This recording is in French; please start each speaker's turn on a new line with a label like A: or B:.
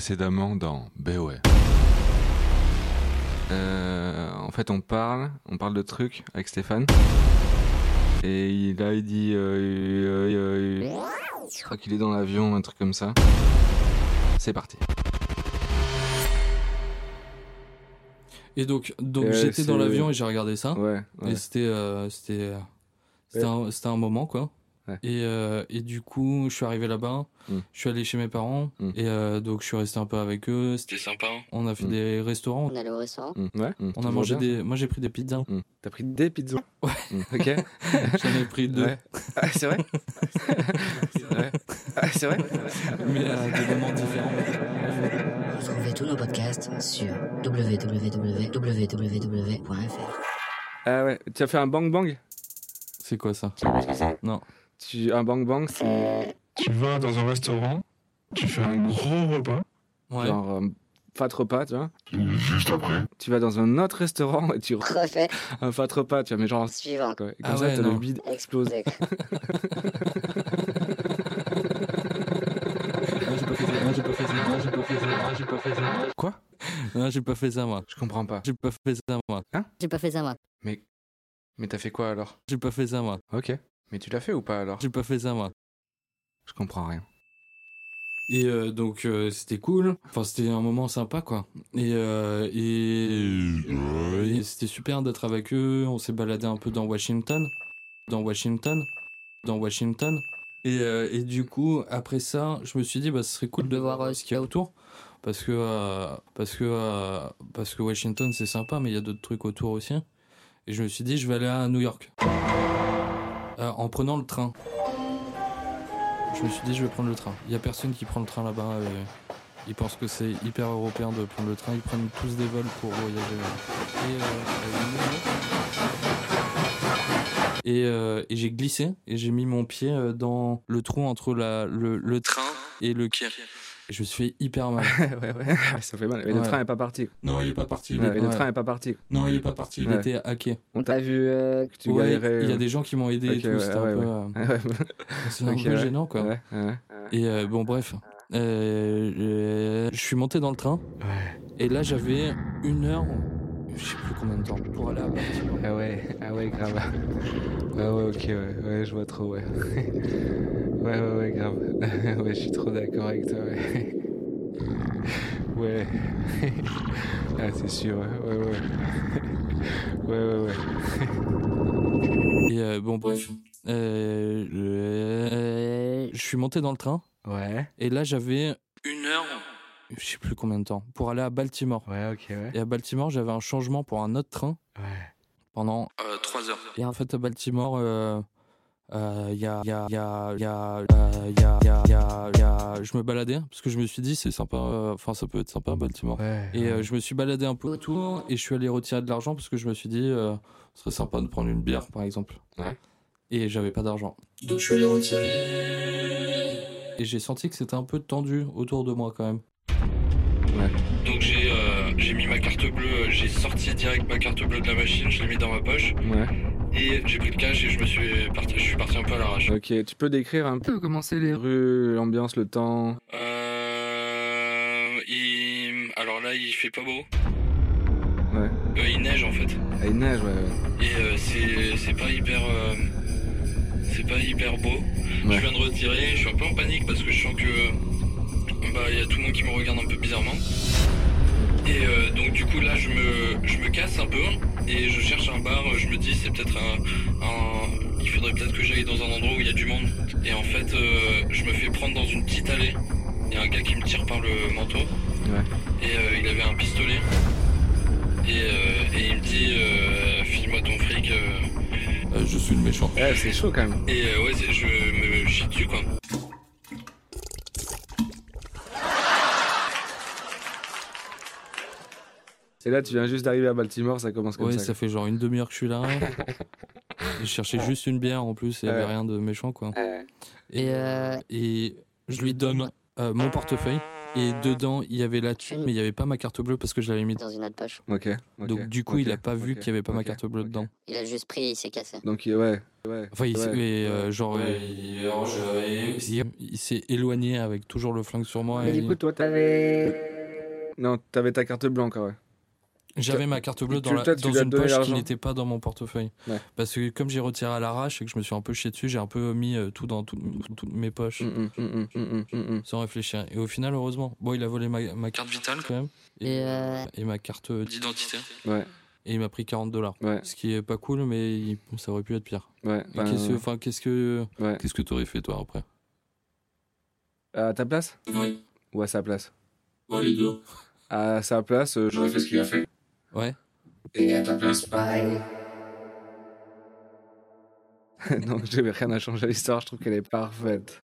A: précédemment dans BOE. Euh, en fait, on parle, on parle de trucs avec Stéphane. Et il- là, il dit. euh, euh, euh, euh, je crois qu'il est dans l'avion, un truc comme ça. C'est parti.
B: Et donc, donc
A: Euh,
B: j'étais dans
A: c'est-
B: l'avion et j'ai regardé ça.
A: Ouais, ouais.
B: Et c'était euh, c'était c'était un, c'était un moment quoi.
A: Ouais.
B: Et, euh, et du coup, je suis arrivé là-bas,
A: Mm.
B: je suis allé chez mes parents
A: Mm.
B: et euh, donc je suis resté un peu avec eux. C'était sympa. hein. On a fait
A: Mm.
B: des restaurants,
C: On allait au restaurant.
A: Mm, ouais, mm,
B: on a
A: toujours
B: mangé
A: bien.
B: des. Moi, j'ai pris des pizzas.
A: T'as pris des pizzas
B: Ouais.
A: Mm, Ok.
B: J'en ai pris deux,
A: Ouais. Ah, c'est vrai Ouais. Ah, c'est vrai
B: mais à des moments différents.
C: Retrouvez tous nos podcasts sur www.www.fr.
A: Ah ouais, tu as fait un bang bang
B: C'est quoi ça
A: tu, Un bang bang, c'est
C: Euh,
D: Tu vas dans un restaurant, tu fais un gros repas,
B: Ouais.
A: genre euh, fat repas, tu vois.
D: et juste après,
A: Tu vas dans un autre restaurant et tu re-
C: Refait.
A: un fat repas, tu vois, mais genre
C: Suivant.
A: quoi. Et
B: Ah
A: Comme ça,
B: ouais,
A: t'as
B: non.
A: le bide explosé.
C: Explosé.
B: Moi, j'ai pas fait ça. Moi, j'ai pas fait ça. Moi, j'ai pas fait ça. Moi, j'ai pas fait ça. Quoi Non, j'ai pas fait ça moi.
A: Je comprends pas.
B: J'ai pas fait ça moi.
C: J'ai pas fait ça moi.
A: Mais t'as fait quoi alors
B: J'ai pas fait ça moi.
A: Ok. Mais tu l'as fait ou pas alors
B: J'ai pas fait ça moi.
A: Je comprends rien.
B: Et euh, donc euh, c'était cool. Enfin c'était un moment sympa quoi. Et euh, et, et c'était super d'être avec eux. On s'est baladé un peu dans Washington, dans Washington, dans Washington. Et, euh, et du coup après ça, je me suis dit bah ce serait cool de voir euh, ce qu'il y a autour parce que euh, parce que euh, parce que Washington c'est sympa mais il y a d'autres trucs autour aussi. Et je me suis dit je vais aller à New York Euh, en prenant le train. Je me suis dit, je vais prendre le train. Il y a personne qui prend le train là-bas. euh, ils pensent que c'est hyper européen de prendre le train. Ils prennent tous des vols pour voyager. euh. Et, euh, euh, Et, euh, et j'ai glissé et j'ai mis mon pied euh, dans le trou entre la, le, le train et le quai. Et je me suis fait hyper mal.
A: ouais, ouais, ouais. Ça fait mal. Mais le
B: Ouais.
A: train est pas parti.
B: Non, il est pas parti.
A: Ouais, mais Le train est pas parti.
B: Non, il est pas parti. Il
A: Ouais.
B: était hacké.
A: On t'a vu euh, que tu
B: Ouais,
A: galérais.
B: il y a
A: euh.
B: des gens qui m'ont aidé
A: Ok,
B: et tout.
A: ouais,
B: C'était un
A: ouais,
B: peu,
A: ouais.
B: euh,
A: Ouais,
B: c'était un
A: Ok,
B: peu
A: ouais.
B: gênant quoi.
A: ouais, ouais.
B: Et euh, bon, bref, Euh, euh, je suis monté dans le train. Et là, j'avais une heure, je sais plus combien de temps, pour aller à Baltimore.
A: Ah ouais, ah ouais, grave. Ah ouais, ok, ouais, ouais, je vois trop, ouais. Ouais, ouais, ouais, grave. Ouais, je suis trop d'accord avec toi, ouais. Ouais. Ah, c'est sûr, ouais, ouais, ouais. Ouais, ouais, ouais.
B: Et euh, bon, bref, Euh, euh, je suis monté dans le train.
A: Ouais,
B: Et là, j'avais une heure, je sais plus combien de temps, pour aller à Baltimore.
A: ouais, ok, ouais.
B: Et à Baltimore, j'avais un changement pour un autre train
A: Ouais.
B: pendant 3 heures. Et en fait, à Baltimore, euh, euh, y a, y a, y a, y a, euh, y a, y a, y a, y a- je me baladais hein, parce que je me suis dit, c'est sympa, euh, enfin, ça peut être sympa, Baltimore.
A: Ouais.
B: Et euh, je me suis baladé un peu autour et je suis allé retirer de l'argent parce que je me suis dit, euh, ce serait sympa de prendre une bière par exemple.
A: Ouais.
B: Et j'avais pas d'argent. Donc je suis allé retirer. Et j'ai senti que c'était un peu tendu autour de moi quand même.
A: Ouais.
B: Donc j'ai mis ma carte bleue, euh, j'ai sorti direct ma carte bleue de la machine, je l'ai mis dans ma poche
A: Ouais.
B: et j'ai pris le cash et je me suis parti, je suis parti un peu à l'arrache.
A: Ok, tu peux décrire un peu comment c'est les rues, l'ambiance, le temps.
B: Euh, il- Alors là, il fait pas beau.
A: Ouais.
B: Euh, il neige en fait.
A: Ah, il neige, ouais, ouais.
B: Et euh, c'est c'est pas hyper. euh, c'est pas hyper beau.
A: Ouais.
B: Je viens de retirer, je suis un peu en panique parce que je sens que. euh, Bah, il y a tout le monde qui me regarde un peu bizarrement. Et euh, donc, du coup, là, je me, je me casse un peu et je cherche un bar. Je me dis, c'est peut-être un, un- Il faudrait peut-être que j'aille dans un endroit où il y a du monde. Et en fait, euh, je me fais prendre dans une petite allée. Il y a un gars qui me tire par le manteau. Et euh, il avait un pistolet. Et, euh, et il me dit euh, file-moi ton fric. euh. je suis le méchant.
A: Ouais, Eh, c'est chaud quand même.
B: Et euh, ouais, c'est- je me chie dessus quoi.
A: Et là, tu viens juste d'arriver à Baltimore, ça commence comme
B: Ouais, ça,
A: ça.
B: fait genre une demi-heure que je suis là. je cherchais juste une bière en plus, il n'y avait
A: Ouais.
B: rien de méchant quoi.
A: Ouais.
B: Et, euh, et je lui donne euh, mon portefeuille. Et dedans, il y avait la thune, mais il n'y avait pas ma carte bleue parce que je l'avais mis.
C: dans une autre poche.
E: Ok. ok,
B: Donc du coup,
E: ok,
B: il a pas vu
E: ok,
B: qu'il y avait pas ma
E: ok,
B: carte bleue
E: ok.
B: dedans.
C: Il a juste pris et il s'est cassé.
E: Donc il- ouais, ouais.
B: Enfin, il,
E: ouais.
B: s'est- mais, euh, genre, euh, il, alors, je- il- il s'est éloigné avec toujours le flingue sur moi.
E: Mais
B: et
E: du coup, toi, t'avais. Non, t'avais ta carte blanche, ouais.
B: J'avais ma carte bleue
E: tu-
B: dans, la-
E: toi, tu
B: dans
E: lui as
B: une
E: donné
B: poche qui
E: l'argent
B: n'était pas dans mon portefeuille.
E: Ouais.
B: Parce que comme j'ai retiré à l'arrache et que je me suis un peu chié dessus, j'ai un peu mis euh, tout dans tout- toutes mes poches.
E: Mm, mm, mm, mm, mm, mm, mm.
B: Sans réfléchir. Et au final, heureusement, bon, il a volé ma, ma carte vitale quand même.
C: Et euh,
B: et ma carte d'identité.
E: Ouais.
B: Et il m'a pris 40 dollars.
E: Ouais,
B: Ce qui est pas cool, mais il- ça aurait pu être pire.
E: ouais.
B: Et
E: ben,
B: qu'est-ce, que- enfin, qu'est-ce que
E: ouais.
B: qu'est-ce que t'aurais fait toi après
E: euh, À ta place
B: Oui,
E: Ou à sa place
B: Oh, les deux.
E: À sa place, euh, j'aurais fait ce qu'il a fait.
B: Ouais.
E: Et à ta place, pareil. Donc j'avais rien à changer à l'histoire, je trouve qu'elle est parfaite.